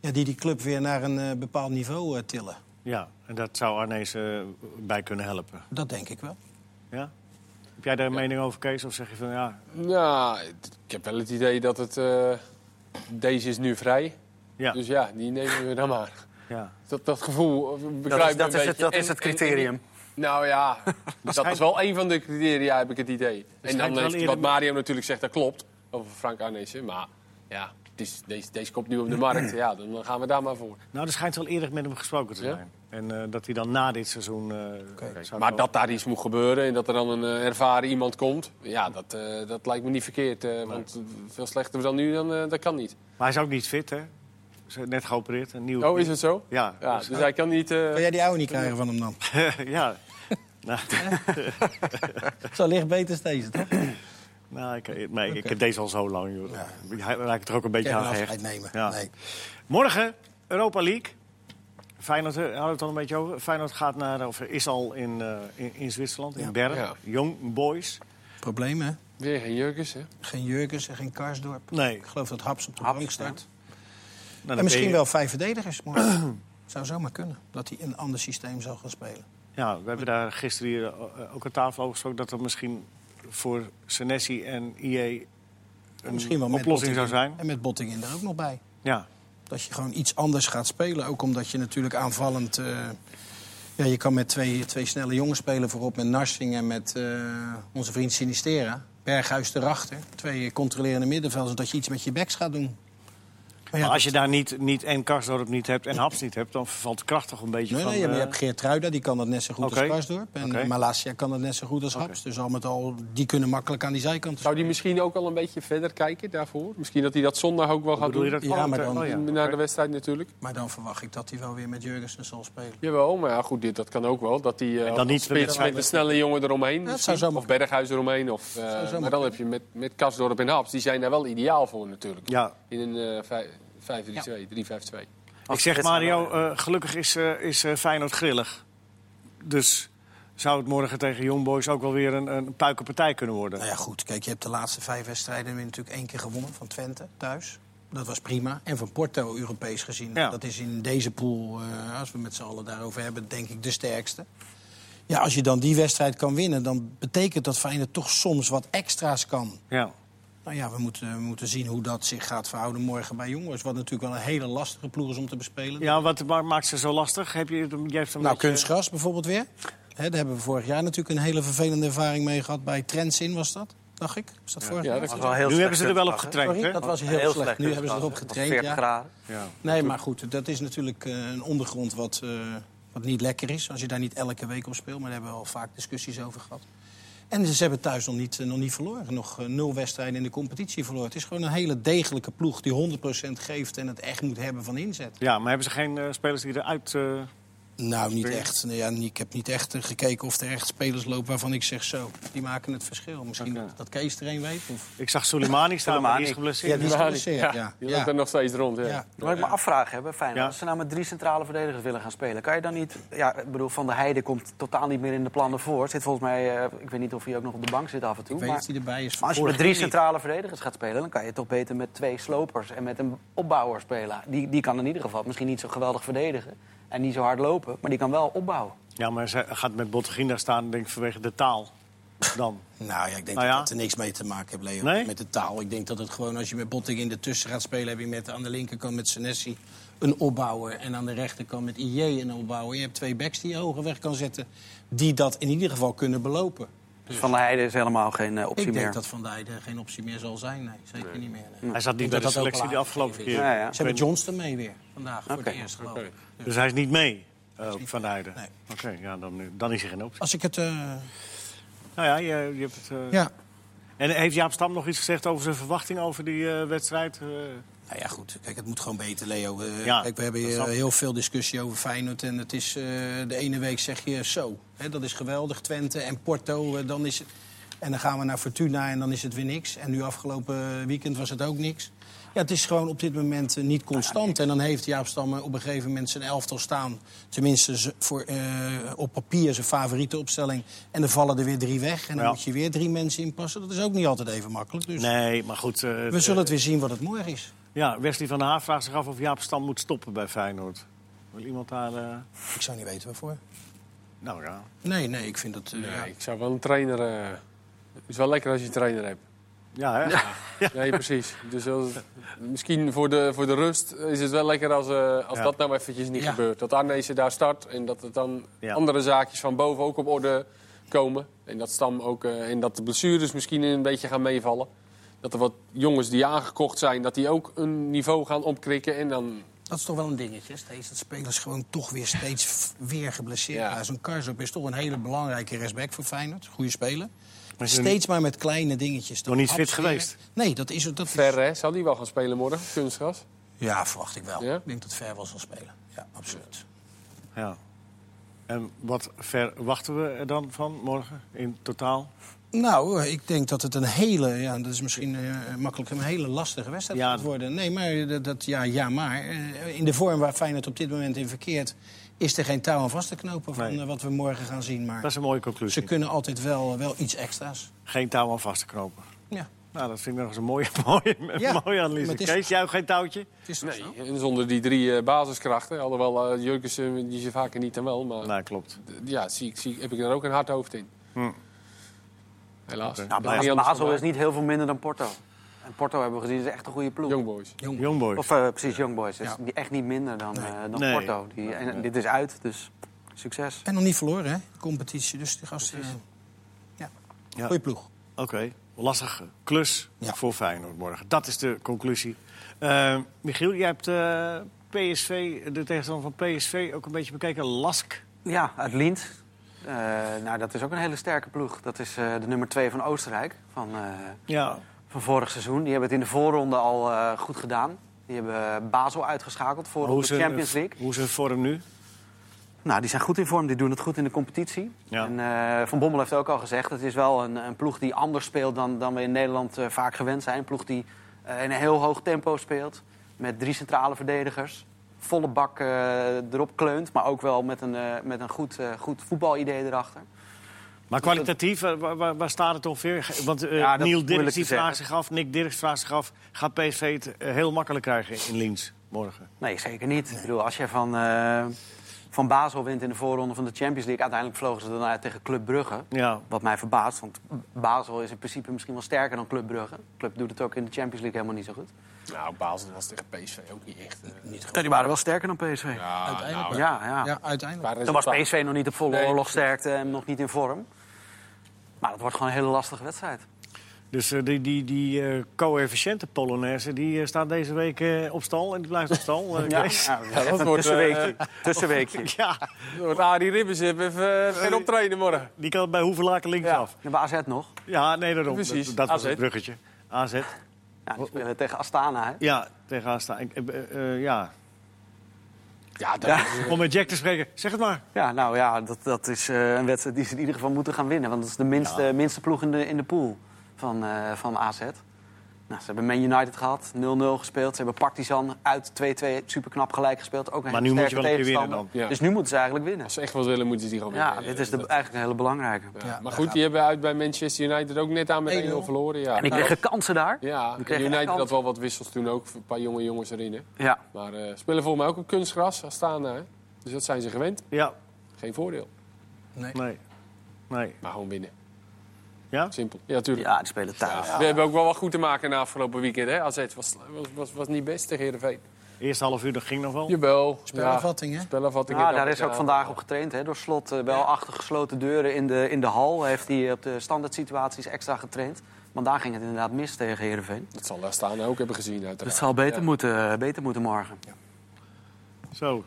D: ja, die, die club weer naar een eh, bepaald niveau eh, tillen.
A: Ja, en dat zou Arnezen eh, bij kunnen helpen.
D: Dat denk ik wel.
A: Ja? Heb jij daar een mening over, Kees? Of zeg je van ja,
B: ja, het- nou, ik heb wel het idee dat het... eh, deze is nu vrij.
A: ja,
B: Dus ja, die nemen we dan maar.
A: ja.
B: Dat, dat gevoel eh,
C: Dat,
B: begrijp
C: is,
B: ik
C: dat,
B: een
C: is het,
B: beetje.
C: dat
B: En-
C: is het
B: en-
C: criterium.
B: Nou ja, dat is wel een van de criteria, heb ik het idee. En
A: schijnt
B: dan
A: wel
B: heeft,
A: eerder-
B: wat Mario natuurlijk zegt, dat klopt. Over Frank Arnezen. Maar ja, het is, deze, deze komt nu op de markt. Ja, dan dan gaan we daar maar voor.
A: Nou, er schijnt wel eerder met hem gesproken te
B: Ja?
A: zijn. En eh, dat hij dan na dit seizoen... eh, zou
B: Maar
A: komen.
B: dat daar iets moet gebeuren en dat er dan een eh, ervaren iemand komt... ja, dat, eh, dat lijkt me niet verkeerd. eh, Want veel slechter dan nu, dan, eh, dat kan niet.
A: Maar hij is ook niet fit, hè? Ze is eh, net geopereerd, een nieuwe...
B: Oh, is het zo?
A: Ja.
B: Ja, dus hij kan niet... eh,
D: Kan jij die oude niet krijgen van hem dan?
A: ja. Nou,
D: Zo ligt beter is deze, toch? Kan
A: nou, ik, nee, ik
D: Oké.
A: heb deze al zo lang, joh.
D: Ja.
A: Hij raakt er ook een beetje
D: je
A: aan
D: een
A: gehecht.
D: afscheid nemen?
A: Ja.
D: Nee.
A: Morgen, Europa League. Feyenoord, eh, hadden we het al een beetje over. Feyenoord gaat naar, of is al in, eh, in, in Zwitserland, in
D: Ja.
A: Bern.
B: Ja.
A: Young Boys.
D: Probleem, hè?
B: Weer geen jurkens, hè?
D: Geen Jurkens en geen Karsdorp.
A: Nee.
D: Ik geloof dat Haps op de
C: Haps,
D: bank start.
A: Nou, dan
D: en misschien
A: ben je-
D: wel vijf verdedigers. morgen. zou zomaar kunnen. Dat hij een ander systeem zal gaan spelen.
A: Ja, we hebben daar gisteren hier eh, ook aan tafel over gesproken... dat er misschien voor Senesi en IE een
D: Misschien wel met
A: oplossing zou
D: Botting-
A: zijn.
D: En met Bottingen er ook nog bij.
A: Ja,
D: Dat je gewoon iets anders gaat spelen. Ook omdat je natuurlijk aanvallend. eh, ja, je kan met twee, twee snelle jongens spelen voorop. Met Narsing en met eh, onze vriend Sinistera. Berghuis erachter. Twee controlerende middenvelders. Zodat je iets met je backs gaat doen. Maar ja,
A: maar als je daar niet, niet en Karsdorp niet hebt en Haps niet hebt... dan vervalt de kracht toch een beetje
D: Nee,
A: van...
D: nee, ja, maar je
A: eh,
D: hebt Geert Ruida, die kan dat net zo goed
A: Oké.
D: als Karsdorp. En
A: Oké.
D: Malasia kan dat net zo goed als Haps. Dus al met al, die kunnen makkelijk aan die zijkant.
A: Nou,
B: Zou die misschien ook al een beetje verder kijken daarvoor? Misschien dat hij dat zondag ook wel gaat
A: bedoel
B: doen.
A: je dat?
D: Ja,
A: Oh,
D: maar
A: eh,
D: dan-
A: oh ja.
B: Naar de wedstrijd natuurlijk.
D: Maar dan verwacht ik dat hij wel weer met Jurgensen zal spelen.
B: Jawel, maar ja, goed, dit, dat kan ook wel. Dat die eh,
A: dan
B: als
A: niet de
B: spits
A: wedstrijd
B: met een snelle jongen eromheen.
D: zou
B: misschien.
D: zomaar
B: of Berghuis eromheen. Of, eh,
D: zomaar
B: maar dan heb je met, met Karsdorp en Haps. Die zijn daar wel ideaal voor natuurlijk.
A: Ja.
B: In een eh, vij- 5-3-2, 3-5-2.
A: Ik zeg Mario, eh, gelukkig is, eh, is eh, Feyenoord grillig. Dus zou het morgen tegen Young Boys ook wel weer een, een puikenpartij kunnen worden?
D: Nou ja, goed. Kijk, je hebt de laatste vijf wedstrijden weer natuurlijk één keer gewonnen. Van Twente, thuis. Dat was prima. En van Porto, Europees gezien.
A: Ja.
D: Dat is in deze pool, eh, als we met z'n allen daarover hebben, denk ik de sterkste. Ja, als je dan die wedstrijd kan winnen, dan betekent dat Feyenoord toch soms wat extra's kan.
A: Ja.
D: Nou ja, we moeten, we moeten zien hoe dat zich gaat verhouden morgen bij jongens. Wat natuurlijk wel een hele lastige ploeg is om te bespelen.
A: Ja, wat ma- maakt ze zo lastig? Heb je, jij hebt een
D: nou,
A: beetje-
D: kunstgras bijvoorbeeld weer. Hè, daar hebben we vorig jaar natuurlijk een hele vervelende ervaring mee gehad. Bij Trensin was dat, dacht ik. Was dat vorig
B: Ja,
D: jaar?
B: dat
C: was
B: klopt.
C: wel heel
A: Nu hebben ze er wel op
C: kunstgras, hè?
A: getraind,
D: Sorry,
A: hè?
D: dat was heel,
C: Heel
D: slecht.
C: slecht
D: Nu hebben ze erop
C: kunstgras.
D: getraind.
C: 40
D: Ja.
C: graden.
A: Ja.
D: Nee, maar goed, dat is natuurlijk eh, een ondergrond wat, eh, wat niet lekker is. Als je daar niet elke week op speelt. Maar daar hebben we al vaak discussies over gehad. En ze hebben thuis nog niet, nog niet verloren. Nog eh, nul wedstrijden in de competitie verloren. Het is gewoon een hele degelijke ploeg die 100% geeft en het echt moet hebben van inzet.
A: Ja, maar hebben ze geen eh, spelers die eruit... eh,
D: Nou, niet
A: Weer?
D: echt. Nee, ja, niet- ik heb niet echt eh, gekeken of er echt spelers lopen waarvan ik zeg zo. Die maken het verschil. Misschien
A: Oké.
D: dat, dat Kees er een weet. Of...
A: Ik zag Soleimani staan, maar die is
C: Soleimani.
A: geblesseerd.
D: Ja, die is geblesseerd, ja.
B: Die
D: Ja.
B: loopt er nog steeds rond, ja.
D: Ja.
C: Wat ik me afvraag, hè, bij Feyenoord,
A: Ja.
C: als ze nou met drie centrale verdedigers willen gaan spelen... kan je dan niet... Ja, ik bedoel, Van der Heijden komt totaal niet meer in de plannen voor. Zit volgens mij... eh, ik weet niet of hij ook nog op de bank zit af en toe.
D: Ik weet
C: maar-
D: of die erbij is.
C: Maar als je
D: Vorig
C: met drie
D: jaar niet.
C: centrale verdedigers gaat spelen, dan kan je toch beter met twee slopers en met een opbouwer spelen. Die, die kan in ieder geval misschien niet zo geweldig verdedigen en niet zo hard lopen, maar die kan wel opbouwen. Dus
A: Ja, maar ze gaat met Bottegien daar staan, denk ik, vanwege de taal. Dan.
D: Nou ja, ik denk
A: Nou ja.
D: dat het er niks mee te maken heeft, Leo.
A: Nee?
D: Met de taal. Ik denk dat het gewoon als je met Botting in de tussen gaat spelen... heb je met, aan de linkerkant met Senesi een opbouwer... en aan de rechterkant met IJ een opbouwer. Je hebt twee backs die je hoger weg kan zetten... die dat in ieder geval kunnen belopen.
C: Dus Van der Heijden is helemaal geen eh, optie
D: ik denk
C: meer.
D: dat Van Dijden geen optie meer zal zijn. Nee, zeker niet meer. nee.
A: Hij zat niet bij de
D: Ik denk dat dat ook
A: selectie de
D: laat
A: afgelopen
D: gegeven
A: keer.
D: is.
C: Ja, ja.
D: Ze hebben Johnston mee weer vandaag voor
C: Oké.
D: het eerst geloof ik.
B: Oké.
A: Dus hij is niet mee, eh, Van Heijden.
D: Nee.
A: Oké, ja, dan, eh, dan is hij geen optie.
D: Als ik het... eh,
A: Nou ja, je, je hebt het... eh,
D: ja.
A: En heeft Jaap Stam nog iets gezegd over zijn verwachting over die eh, wedstrijd? Eh,
D: Nou ja, goed. Kijk, het moet gewoon beter, Leo. Eh,
A: Ja,
D: kijk, we hebben
A: dat
D: hier
A: snap ik.
D: heel veel discussie over Feyenoord. En het is, eh, de ene week zeg je zo. Hè, dat is geweldig, Twente en Porto. eh, dan is het, en dan gaan we naar Fortuna en dan is het weer niks. En nu afgelopen weekend was het ook niks. Ja, het is gewoon op dit moment eh, niet
A: Nou,
D: constant. En dan heeft Jaap Stammen op een gegeven moment zijn elftal staan. Tenminste, ze- voor, eh, op papier zijn favoriete opstelling. En dan vallen er weer drie weg. En dan
A: Ja.
D: moet je weer drie mensen inpassen. Dat is ook niet altijd even makkelijk. Dus
A: nee, maar goed. eh,
D: we zullen het weer zien wat het morgen is.
A: Ja, Wesley van der Haar vraagt zich af of Jaap Stam moet stoppen bij Feyenoord. Wil iemand daar... eh,
D: Ik zou niet weten waarvoor.
A: Nou ja.
D: Nee, nee, ik vind dat. eh, ja.
B: Nee, ik zou wel een trainer... eh, Het is wel lekker als je een trainer hebt.
A: Ja, hè?
B: Nee, precies. Dus als- misschien voor de, voor de rust is het wel lekker als, eh, als
A: Ja.
B: dat nou eventjes niet
D: Ja.
B: gebeurt. Dat Arnezen daar start en dat het dan
A: Ja.
B: andere zaakjes van boven ook op orde komen. En dat Stam ook eh, en dat de blessures misschien een beetje gaan meevallen. Dat er wat jongens die aangekocht zijn, dat die ook een niveau gaan opkrikken. En dan,
D: Dat is toch wel een dingetje steeds. Dat spelers gewoon toch weer steeds f- weer geblesseerd
B: Ja.
D: raken. Zo'n Karsdorp is toch een hele belangrijke respect voor Feyenoord. Goede speler.
A: Maar ze-
D: steeds maar met kleine dingetjes.
A: Nog niet fit
D: Abscheren.
A: geweest?
D: Nee, dat is het. Dat is-
B: Verre zal die wel gaan spelen morgen, kunstgras.
D: Ja, verwacht ik wel.
B: Ja?
D: Ik denk dat Ver wel zal spelen. Ja, absoluut.
A: ja. En wat verwachten we er dan van morgen in totaal?
D: Nou, ik denk dat het een hele, ja, dat is misschien eh, makkelijk een hele lastige wedstrijd
A: Ja.
D: gaat worden. Nee, maar dat, dat- ja, ja, maar Eh, in de vorm waar Feyenoord op dit moment in verkeert, is er geen touw aan vast te knopen van
A: Nee.
D: eh, wat we morgen gaan zien. Maar
A: Dat is een mooie
D: ze
A: conclusie.
D: kunnen altijd wel, wel iets eh, extra's.
A: Geen touw aan vast te knopen.
D: Ja.
A: Nou, dat vind ik nog eens een mooie, mooie,
D: Ja,
A: mooie analyse.
D: maar het is-
A: Kees, jij ook geen touwtje?
D: Het is toch
B: Nee,
D: zo?
B: en zonder die drie eh, basiskrachten. Alhoewel eh Jurgensen, die ze vaker niet dan wel. Maar
A: Nou, klopt.
B: d- ja, zie, ik- zie, heb ik er ook een hard hoofd in. Helaas.
C: Nou,
B: Dat
C: maar
B: niet anders
C: Basel
B: dan
C: is niet heel veel minder dan Porto. En Porto hebben we gezien, is echt een goede ploeg.
B: Young Boys.
D: Jong.
A: Youngboy.
C: Of eh, precies, Young Boys. Is
D: Ja.
C: die echt niet minder dan, eh, dan
A: Nee.
C: Porto. Die, en, en dit is uit, dus succes.
D: En nog niet verloren, hè? De competitie. Dus die gasten. eh, Ja.
A: Ja.
D: Goeie ploeg.
A: Oké, lastige klus
D: Ja.
A: voor Feyenoord morgen. Dat is de conclusie. Eh, Michiel, jij hebt eh, PSV, de tegenstander van PSV ook een beetje bekeken. Lask.
C: Ja, uit Lint. Eh, nou, dat is ook een hele sterke ploeg. Dat is eh, de nummer 2 van Oostenrijk, van, eh,
A: Ja,
C: van vorig seizoen. Die hebben het in de voorronde al eh, goed gedaan. Die hebben eh, Basel uitgeschakeld voor
A: hoe
C: de
A: is hun-
C: Champions League.
A: Hoe is hun vorm nu?
C: Nou, die zijn goed in vorm, die doen het goed in de competitie.
A: Ja.
C: En eh, Van Bommel heeft ook al gezegd, het is wel een, een ploeg die anders speelt dan, dan we in Nederland eh, vaak gewend zijn. Een ploeg die eh, in een heel hoog tempo speelt, met drie centrale verdedigers. Volle bak eh, erop kleunt, maar ook wel met een, eh, met een goed, eh, goed voetbalidee erachter.
A: Maar kwalitatief, eh, waar, waar- waar staat het ongeveer? Ge- Want eh,
C: Ja, dat
A: Neil
C: is moeilijk
A: Dirks
C: te
A: die vraagt
C: zeggen.
A: zich af, Nick Dirks vraagt zich af... gaat PSV het eh, heel makkelijk krijgen in Linz morgen?
C: Nee, zeker niet. Ik bedoel, als je van, eh, van Basel wint in de voorronde van de Champions League... uiteindelijk vlogen ze daarna uit tegen Club Brugge.
A: Ja,
C: Wat mij verbaast, want Basel is in principe misschien wel sterker dan Club Brugge. Club doet het ook in de Champions League helemaal niet zo goed.
B: Nou, Basel was tegen PSV ook niet echt. eh,
C: Die waren wel sterker dan PSV. Ja,
B: ja,
D: Uiteindelijk
B: nou,
C: ja.
D: Ja, uiteindelijk.
B: qua
C: Dan was
B: resultaat-
C: PSV nog niet op volle
B: Nee.
C: oorlogsterkte en nog niet in vorm. Maar dat wordt gewoon een hele lastige wedstrijd.
A: dus eh, die, die, die eh, coëfficiënte Polonaise die eh, staat deze week eh, op stal en die blijft op stal. eh, Kees.
C: Ja,
B: dat
C: even een
B: wordt,
C: tussenweekje. tussenweekje.
A: ja,
B: Wordt Arie Ribbers even eh, geen optreden morgen.
A: die kan bij hoeveel laken links
B: Ja.
A: af.
C: En bij AZ nog.
A: Ja, nee, daarom.
B: Precies,
A: Dat, dat was
B: AZ.
A: het bruggetje. AZ.
C: Ja, die spelen tegen Astana, hè.
A: Ja, tegen Asta. Ik, eh, eh, eh, ja.
B: Ja, dat
C: Ja.
A: Om met Jack te spreken, zeg het maar.
C: Ja, nou ja, dat, dat is eh, een wedstrijd die ze in ieder geval moeten gaan winnen. Want dat is de minste, minste ploeg in de, in de pool van, eh, van AZ. Nou, ze hebben Man United gehad, 0-0 gespeeld. Ze hebben Partizan uit 2-2 superknap gelijk gespeeld. Ook een
A: Maar
C: hele
A: nu moet je
C: sterke
A: wel een keer
C: tegenstander.
A: winnen
B: dan. Ja.
C: Dus nu moeten ze eigenlijk winnen.
B: Als ze echt wat willen, moeten ze die gewoon
C: Ja,
B: winnen.
C: dit is de,
B: Dat-
C: eigenlijk een hele belangrijke.
B: ja.
D: Ja,
B: Maar
D: daar
B: goed, die hebben uit bij Manchester United ook net aan met 1-0
D: 1-0
B: verloren. Ja,
C: En die kregen kansen daar.
B: ja.
C: kregen echt
B: United had
C: kansen.
B: wel wat wissels toen ook. Een paar jonge jongens erin. Hè.
C: Ja.
B: Maar eh spelen volgens mij ook op kunstgras, Astana. Hè? Dus dat zijn ze gewend.
A: Ja,
B: Geen voordeel.
A: nee. Nee.
B: Maar gewoon winnen.
A: Ja?
B: Simpel. Ja, tuurlijk.
C: ja, die spelen thuis.
B: We hebben ook wel wat goed te maken na afgelopen weekend. Hè? AZ was, was, was, was niet best tegen Heerenveen.
A: Eerste half uur, dat ging nog wel.
B: Jawel.
D: Spelafvatting,
B: Ja.
D: hè?
B: Spelafvatting.
C: Ja,
B: en
C: daar
B: dat-
C: is ook
B: ja.
C: vandaag op getraind. Hè. Door slot eh, wel achter gesloten deuren in de, in de hal. Heeft hij op de standaard situaties extra getraind. Want daar ging het inderdaad mis tegen Heerenveen.
B: Dat zal Astana ook hebben gezien uiteraard.
C: Dus het zal beter,
B: Ja.
C: moeten, beter moeten morgen.
A: Zo.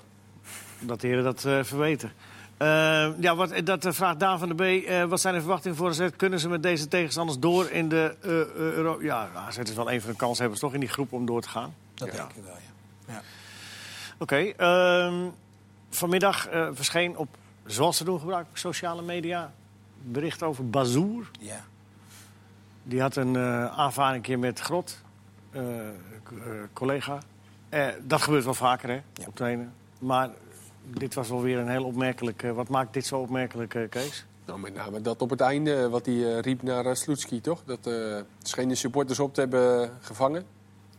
A: Dat de heren dat eh, verweten. Eh, ja, wat, dat eh, vraagt Daan van de B. eh, wat zijn de verwachtingen voor AZ? Kunnen ze met deze tegenstanders door in de eh, eh, Euro... Ja, AZ is wel een van de kanshebbers toch in die groep om door te gaan.
D: Dat denk ik wel, ja. ja.
A: Oké. ehm, vanmiddag eh, verscheen op, zoals ze doen gebruik, sociale media... bericht over Bazoer.
D: ja.
A: Die had een eh aanvaring keer met Grot, eh, k- eh, collega. Eh, dat gebeurt wel vaker, hè,
D: Ja.
A: op trainen. Maar dit was wel weer een heel opmerkelijk... eh, wat maakt dit zo opmerkelijk, eh, Kees?
B: Nou, met name dat op het einde eh, wat hij eh, riep naar eh, Sloetski, toch? Dat eh scheen de supporters op te hebben gevangen.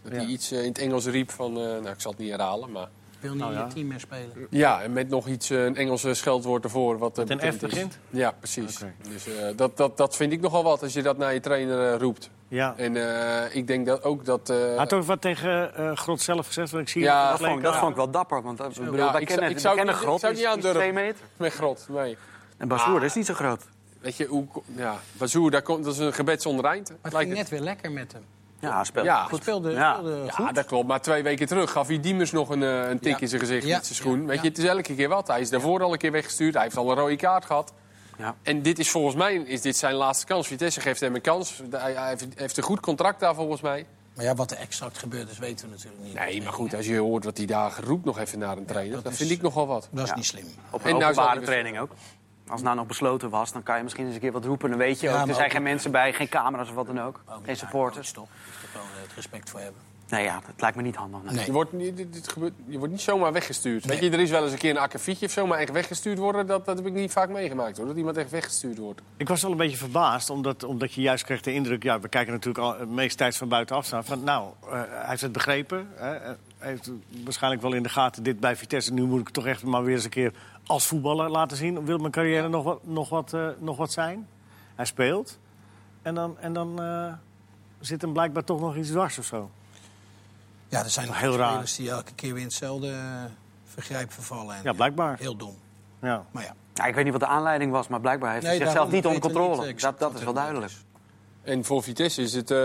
B: Dat
A: Ja.
B: hij iets eh, in het Engels riep van, eh, nou ik zal het niet herhalen, maar...
D: Wil niet
A: Nou
D: in
A: ja.
D: je team meer spelen.
B: Ja, en met nog iets, eh, een Engelse scheldwoord ervoor. Wat, eh,
A: Met een F
B: bekend is.
A: begint?
B: Ja, precies.
A: Oké.
B: Dus eh, dat, dat, dat vind ik nogal wat als je dat naar je trainer eh, roept.
A: Ja.
B: En eh, ik denk dat ook dat... eh,
A: Hij had ook wat tegen eh, Grot zelf gezegd, want ik zie...
B: Ja,
A: hem
C: Dat, vond, ik- dat
A: Ja.
C: vond ik wel dapper, want eh, ik bedoel,
B: Ja,
C: wij
B: ik zou-
C: kennen,
B: ik
C: we
B: zou-
C: kennen
B: ik
C: Grot,
B: zou
C: die
B: niet
C: is- die is
B: aandurven.
C: twee meter.
B: Met grot, nee.
C: En Bazoer dat is niet zo groot.
B: Weet je, hoe, ja, Bazoer, daar komt, dat is een gebed zonder eind.
D: Maar het
B: lijkt
D: ging
B: het.
D: net weer lekker met hem.
C: Ja, hij speelt
B: Ja.
D: Hij speelde,
C: Ja.
D: speelde goed.
B: Ja, dat klopt. Maar twee weken terug gaf hij Diemers nog een, eh, een tik
D: Ja.
B: in zijn gezicht
D: Ja.
B: met zijn schoen.
D: Ja.
B: Weet je,
D: Ja.
B: het is elke keer wat. Hij is daarvoor al een keer weggestuurd. Hij heeft al een rode kaart gehad.
C: Ja.
B: En dit is volgens mij is dit zijn laatste kans. Vitesse geeft hem een kans. Hij, hij heeft- heeft een goed contract daar volgens mij.
D: Maar ja, wat er exact gebeurd is, weten we natuurlijk niet.
B: Nee, maar goed, als je hoort wat hij daar roept nog even naar een trainer...
D: dat
B: dat
D: is-
B: vind ik nogal wat.
D: Dat is
C: Ja.
D: niet slim.
C: Op
B: En nou
C: een
B: zou
C: openbare
B: hij
C: training ook. Als nou nog besloten was, dan kan je misschien eens een keer wat roepen. Dan weet je
D: Ja,
C: ook, er
D: maar
C: zijn
D: ook-
C: geen mensen bij, geen camera's of wat dan ook.
D: Ook niet
C: Geen
D: naar de
C: supporters.
D: coach, toch? Dus daar kan we eh, het respect voor hebben.
C: Nee, ja, dat lijkt me niet handig. nee.
D: Nee.
B: Je wordt, niet, dit- dit gebeurt, je wordt niet zomaar weggestuurd. Weet je, er is wel eens een keer een akkefietje of zomaar echt weggestuurd worden. Dat, dat heb ik niet vaak meegemaakt hoor. Dat iemand echt weggestuurd wordt.
A: Ik was wel een beetje verbaasd, omdat, omdat je juist kreeg de indruk... ja, we kijken natuurlijk al meesttijds van buitenaf staan... van nou, eh, hij heeft het begrepen. hè, eh, hij heeft waarschijnlijk wel in de gaten dit bij Vitesse. Nu moet ik toch echt maar weer eens een keer als voetballer laten zien... wil mijn carrière nog, wat, nog, wat, eh, nog wat zijn. Hij speelt. En dan, en dan eh, zit hem blijkbaar toch nog iets dwars of zo.
D: Ja, er zijn
A: Heel
D: heel
A: raar.
D: spelers die elke keer weer in hetzelfde eh, vergrijp vervallen. En
A: Ja, blijkbaar.
D: Heel dom.
A: Ja.
D: Maar ja.
C: Ja, ik weet niet wat de aanleiding was, maar blijkbaar heeft hij
D: Nee,
C: zichzelf
D: daarom
C: niet onder
D: weten we
C: controle.
D: niet
C: dat
D: exact
C: dat
D: wat
C: is wel
D: het
C: duidelijk.
D: is.
B: En voor Vitesse is het. eh,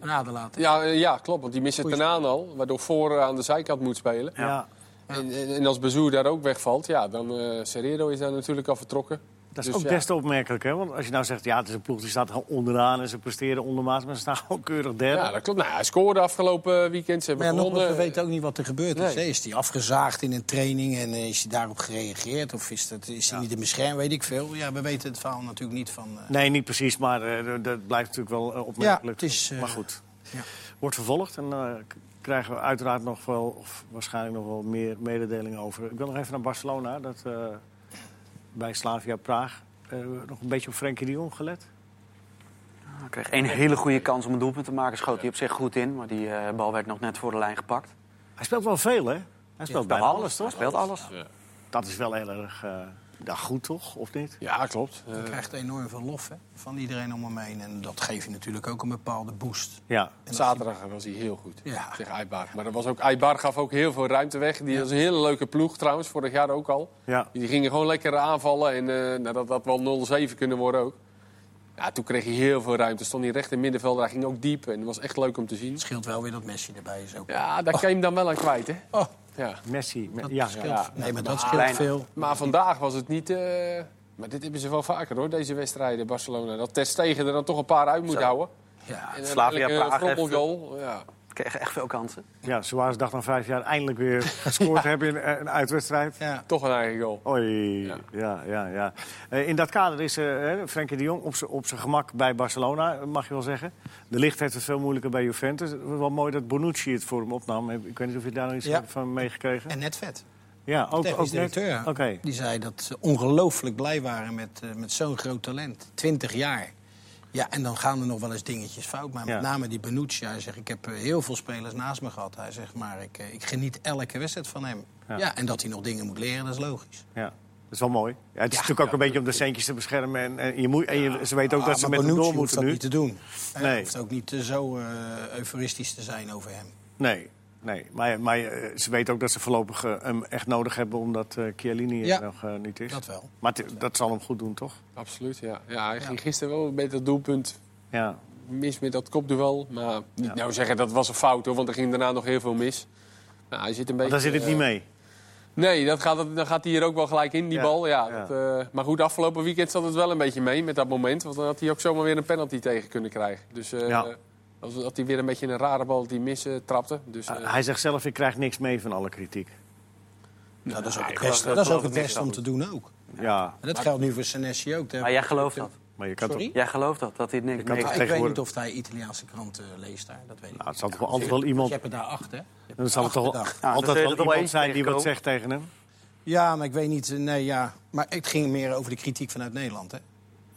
D: Een aderlating.
B: ja, eh, ja, klopt. Want die missen
D: Goeie
B: Tenaan al. Waardoor voor aan de zijkant moet spelen.
A: Ja.
B: En, en, en als Bezoer daar ook wegvalt, ja, dan eh Serrero is daar natuurlijk al vertrokken.
A: Dat is
B: Dus
A: ook
B: ja.
A: best opmerkelijk, hè? Want als je nou zegt, ja, het is een ploeg die staat onderaan... en ze presteren ondermaats, maar ze staan gewoon keurig derde.
B: Ja, dat klopt. Nou, hij scoorde afgelopen eh, weekend. Ze hebben
D: Maar ja, nogmaals,
B: gewonnen.
D: we weten ook niet wat er gebeurd is.
B: Nee.
D: hè. Is hij afgezaagd in een training en eh, is hij daarop gereageerd? Of is, dat, is hij niet in bescherm, weet ik veel. Ja, we weten het verhaal natuurlijk niet van... eh,
A: Nee, niet precies, maar eh, d- dat blijft natuurlijk wel eh, opmerkelijk.
D: Ja, het is, eh,
A: maar goed,
D: ja.
A: wordt vervolgd en eh, k- krijgen we uiteraard nog wel, of waarschijnlijk nog wel meer mededelingen over. Ik wil nog even naar Barcelona, dat eh, bij Slavia Praag. eh, nog een beetje op Frenkie de Jong gelet.
C: Hij kreeg één hele goede kans om een doelpunt te maken. Schoot hij op zich goed in, maar die eh, bal werd nog net voor de lijn gepakt.
A: Hij speelt wel veel, hè? Hij speelt
C: Bij
A: bijna alles,
C: Hij
A: toch?
C: speelt alles.
A: Dat is wel heel erg eh, ja, goed, toch? Of niet?
B: Ja, klopt. Eh,
D: Hij krijgt enorm veel lof hè, van iedereen om hem heen. En dat geeft je natuurlijk ook een bepaalde boost.
A: Ja.
B: Zaterdag was hij heel goed
D: Ja.
B: tegen Aibar. Maar dat was ook, Aibar gaf ook heel veel ruimte weg. Die was een hele leuke ploeg trouwens, vorig jaar ook al.
A: ja.
B: Die gingen gewoon lekker aanvallen en eh, nou, dat had wel 0-7 kunnen worden ook. Ja, toen kreeg hij heel veel ruimte. Stond hij recht in middenveld, hij ging ook diep en het was echt leuk om te zien.
D: Het scheelt wel weer dat Messi erbij is ook.
B: Ja, daar kan je hem dan wel aan kwijt, hè?
D: Oh,
B: Ja.
A: Messi. me-
D: dat
A: ja,
D: scheelt.
B: ja.
D: Nee, maar dat
C: Kleine.
D: scheelt veel.
B: Maar vandaag was het niet... eh, Maar dit hebben ze wel vaker, hoor, deze wedstrijden, Barcelona. Dat Ter Stegen er dan toch een paar uit moet
C: Zo.
B: houden.
D: Ja.
B: En
C: Slavia
B: uiteindelijk, eh,
C: Praag heeft-
B: grobbelgoal, Ja.
C: Kreeg echt veel kansen.
A: ja, Suarez dacht na vijf jaar eindelijk weer gescoord te hebben in eh, een uitwedstrijd.
D: Ja.
B: Toch een eigen goal.
A: Oei,
B: Ja.
A: ja, ja, ja. Eh, in dat kader is eh, hè, Frenkie de Jong op z'n- op zijn gemak bij Barcelona, eh, mag je wel zeggen. De licht heeft het veel moeilijker bij Juventus. Wel mooi dat Bonucci het voor hem opnam. Ik weet niet of je daar nog iets
D: Ja.
A: hebt van meegekregen
D: En net vet.
A: Ja, ook,
D: Technisch
A: ook net.
D: directeur. ja.
A: Oké.
D: Die zei dat ze ongelooflijk blij waren met, eh, met zo'n groot talent. 20 jaar. Ja, en dan gaan er nog wel eens dingetjes fout. Maar
A: Ja.
D: met name die Benucci. Hij zegt, ik heb eh, heel veel spelers naast me gehad. Hij zegt, maar ik, eh, ik geniet elke wedstrijd van hem.
A: Ja.
D: Ja. en dat hij nog dingen moet leren, dat is logisch.
A: Ja. Dat is wel mooi. Ja, het is natuurlijk ook een beetje om de centjes te beschermen. En, en, je moet, en je, ze weten ook
D: Ah,
A: dat ze
D: maar
A: met hem door
D: Bonucci hoeft
A: moeten
D: dat
A: nu.
D: niet te doen. Hij
A: Nee.
D: hoeft ook niet eh, zo eh, euforistisch te zijn over hem.
A: Nee, nee. Maar, maar eh, ze weten ook dat ze voorlopig eh, hem echt nodig hebben... omdat eh Chiellini er
D: Ja.
A: nog eh, niet is.
D: Dat wel.
A: Maar het- dat zal hem goed doen, toch?
B: Absoluut, ja. ja hij ging gisteren wel met dat doelpunt
A: Ja.
B: mis met dat kopduel. Maar niet
A: Ja.
B: nou zeggen dat was een fout, hoor, want er ging daarna nog heel veel mis. Nou, hij zit een beetje,
A: Maar daar zit het niet
B: eh,
A: mee.
B: Nee, dat gaat, het- dan gaat hij hier ook wel gelijk in, die
A: Ja,
B: bal. Ja,
A: ja.
B: Dat, eh, maar goed, afgelopen weekend zat het wel een beetje mee met dat moment. Want dan had hij ook zomaar weer een penalty tegen kunnen krijgen. Dus eh
A: Ja.
B: als, had hij weer een beetje een rare bal die mis eh, trapte. Dus, eh,
A: Uh, hij zegt zelf, ik krijg niks mee van alle kritiek.
D: Nou, dat is ook
C: ik
D: het
C: geloof-
D: beste,
C: dat
D: dat is
C: geloof
D: ook het
C: ik niet
D: beste om
C: dat
D: te doen ook.
A: Ja,
D: En dat geldt nu voor Senesi ook.
C: Maar jij gelooft dat?
A: maar je kan
D: Sorry?
A: toch...
C: Jij gelooft dat, dat hij het niks
A: kan
C: mee
A: toch-
D: Ja,
C: heeft?
D: ik weet
A: tegenwoordig-
D: niet of hij Italiaanse kranten leest daar. Dat weet
A: Nou,
D: ik niet.
A: het zal toch wel altijd wel iemand,
D: Je hebt er daar acht, hè?
A: dan zal het toch wel
D: Achterdag.
C: Ja, dat
A: altijd
C: deed
A: wel
C: het al
A: iemand
C: eens
A: zijn die wat zegt
C: tegenkomen.
A: tegen hem.
D: Ja, maar ik weet niet. eh, Nee, ja. Maar het ging meer over de kritiek vanuit Nederland, hè? Ik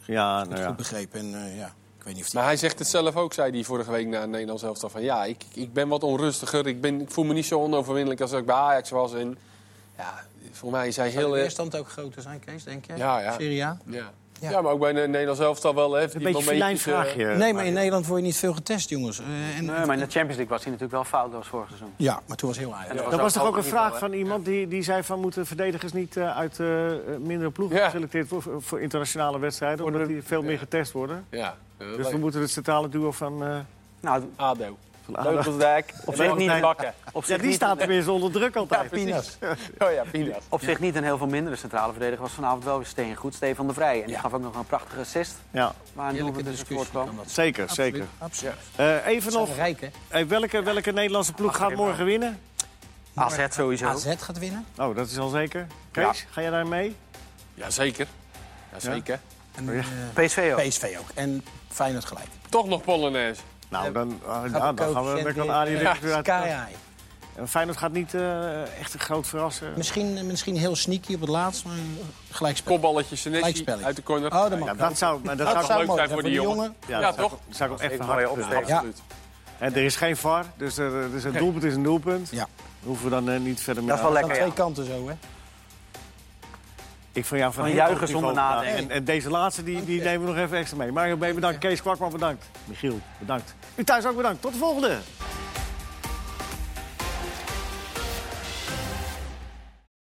A: Ja,
D: heb
A: nou
D: het
A: ja.
D: goed begrepen. En eh, ja, ik weet niet of die...
B: Maar hij zegt het zelf ook, zei hij vorige week na Nederland zelf al van ja, ik, ik ben wat onrustiger. Ik, ben, ik voel me niet zo onoverwinnelijk als dat ik bij Ajax was. En ja, voor mij is hij
D: Zou
B: heel.
D: de
B: eh,
D: weerstand ook groter zijn, Kees, denk je?
B: Ja, ja.
D: Serie A?
B: Ja. Ja.
D: Ja.
B: maar ook bij de Nederland zelf al wel. Hè,
A: Een beetje eh, een lijn
B: eh,
A: vraagje.
D: Nee, maar in Nederland word je niet veel getest, jongens. Eh, en,
C: Nee, maar in de Champions League was hij natuurlijk wel foutloos vorig seizoen.
D: Ja, maar toen was heel aardig.
C: Ja.
A: nou, Dat was toch ook een
C: hoog niveau,
A: vraag
C: hè?
A: van iemand die, die zei van... moeten verdedigers niet eh, uit eh, eh, mindere ploegen
B: Ja.
A: geselecteerd worden... voor internationale wedstrijden, omdat die veel meer getest worden?
B: Ja, Eh,
A: Dus we moeten het centrale duo van... eh
C: Nou,
B: ADO.
A: van Ajax-
C: Leukelsdijk, op zich niet
A: Leukelsdijk.
C: bakken. Op
A: ja,
C: zich
A: die
C: niet
A: staat tenminste onder druk altijd.
D: Pinas.
B: Oh ja, Pinas.
C: Op zich niet een heel veel mindere centrale verdediger. Was vanavond wel weer steen goed. Stefan de Vrij. En die
D: Ja.
C: gaf ook nog een prachtige assist.
A: Ja,
C: Waar een
D: Eerlijke
C: doelpunt dus
D: discussie
C: voortkwam.
D: kan dat zijn.
A: zeker, zeker.
D: Absoluut, Absoluut.
A: Eh, even
D: Zijn
A: nog,
D: we rijk, hè?
A: eh, welke, welke Nederlandse ploeg gaat morgen winnen?
C: AZ sowieso.
D: AZ gaat winnen.
A: Oh, dat is al zeker. Kees, ga jij daar mee?
B: Ja, zeker. Ja, zeker.
D: En
A: Ja.
D: eh,
C: PSV ook.
D: PSV ook. En Feyenoord gelijk.
B: Toch nog Polonaise.
A: Nou, dan, eh, nou,
D: Gaat de
A: dan gaan
D: coach
A: we
D: en
A: weg aan
D: de-
A: Arie
D: Ja,
A: Rick. uit.
D: Sky-high.
A: En Feyenoord gaat niet eh, echt een groot verrassen.
D: Misschien, eh, misschien heel sneaky op het laatst, maar gelijk spelen.
B: Kopballetje Senesi
D: Gelijkspelletje.
B: uit de corner.
D: Oh, dat mag.
A: Ja, dat zou, maar dat
D: Dat
A: zou,
D: zou
B: leuk
D: mooi
B: zijn
D: zijn voor
B: voor die
D: die
B: jongen.
D: jongen.
A: ja,
B: ja,
A: dat zou-
B: toch?
A: zou ik ook echt
E: Even
A: van
E: mooie
A: harte
E: opsteek.
D: Ja.
B: Absoluut.
A: En er is geen VAR, dus er, er is een doelpunt is een doelpunt.
D: Ja.
A: Hoeven we dan eh, niet verder mee
E: Dat is wel
A: aan.
D: Aan
E: lekker,
D: twee
E: ja.
D: kanten zo, hè?
A: Ik van jou van
C: Van
A: heel
C: juichen
A: hoog niveau
C: zonder
A: vandaag.
C: nadenken.
A: En, en deze laatste die, die nemen we nog even extra mee. Mario B, bedankt. Kees Kwakman, bedankt. Michiel, bedankt. U thuis ook bedankt. Tot de volgende!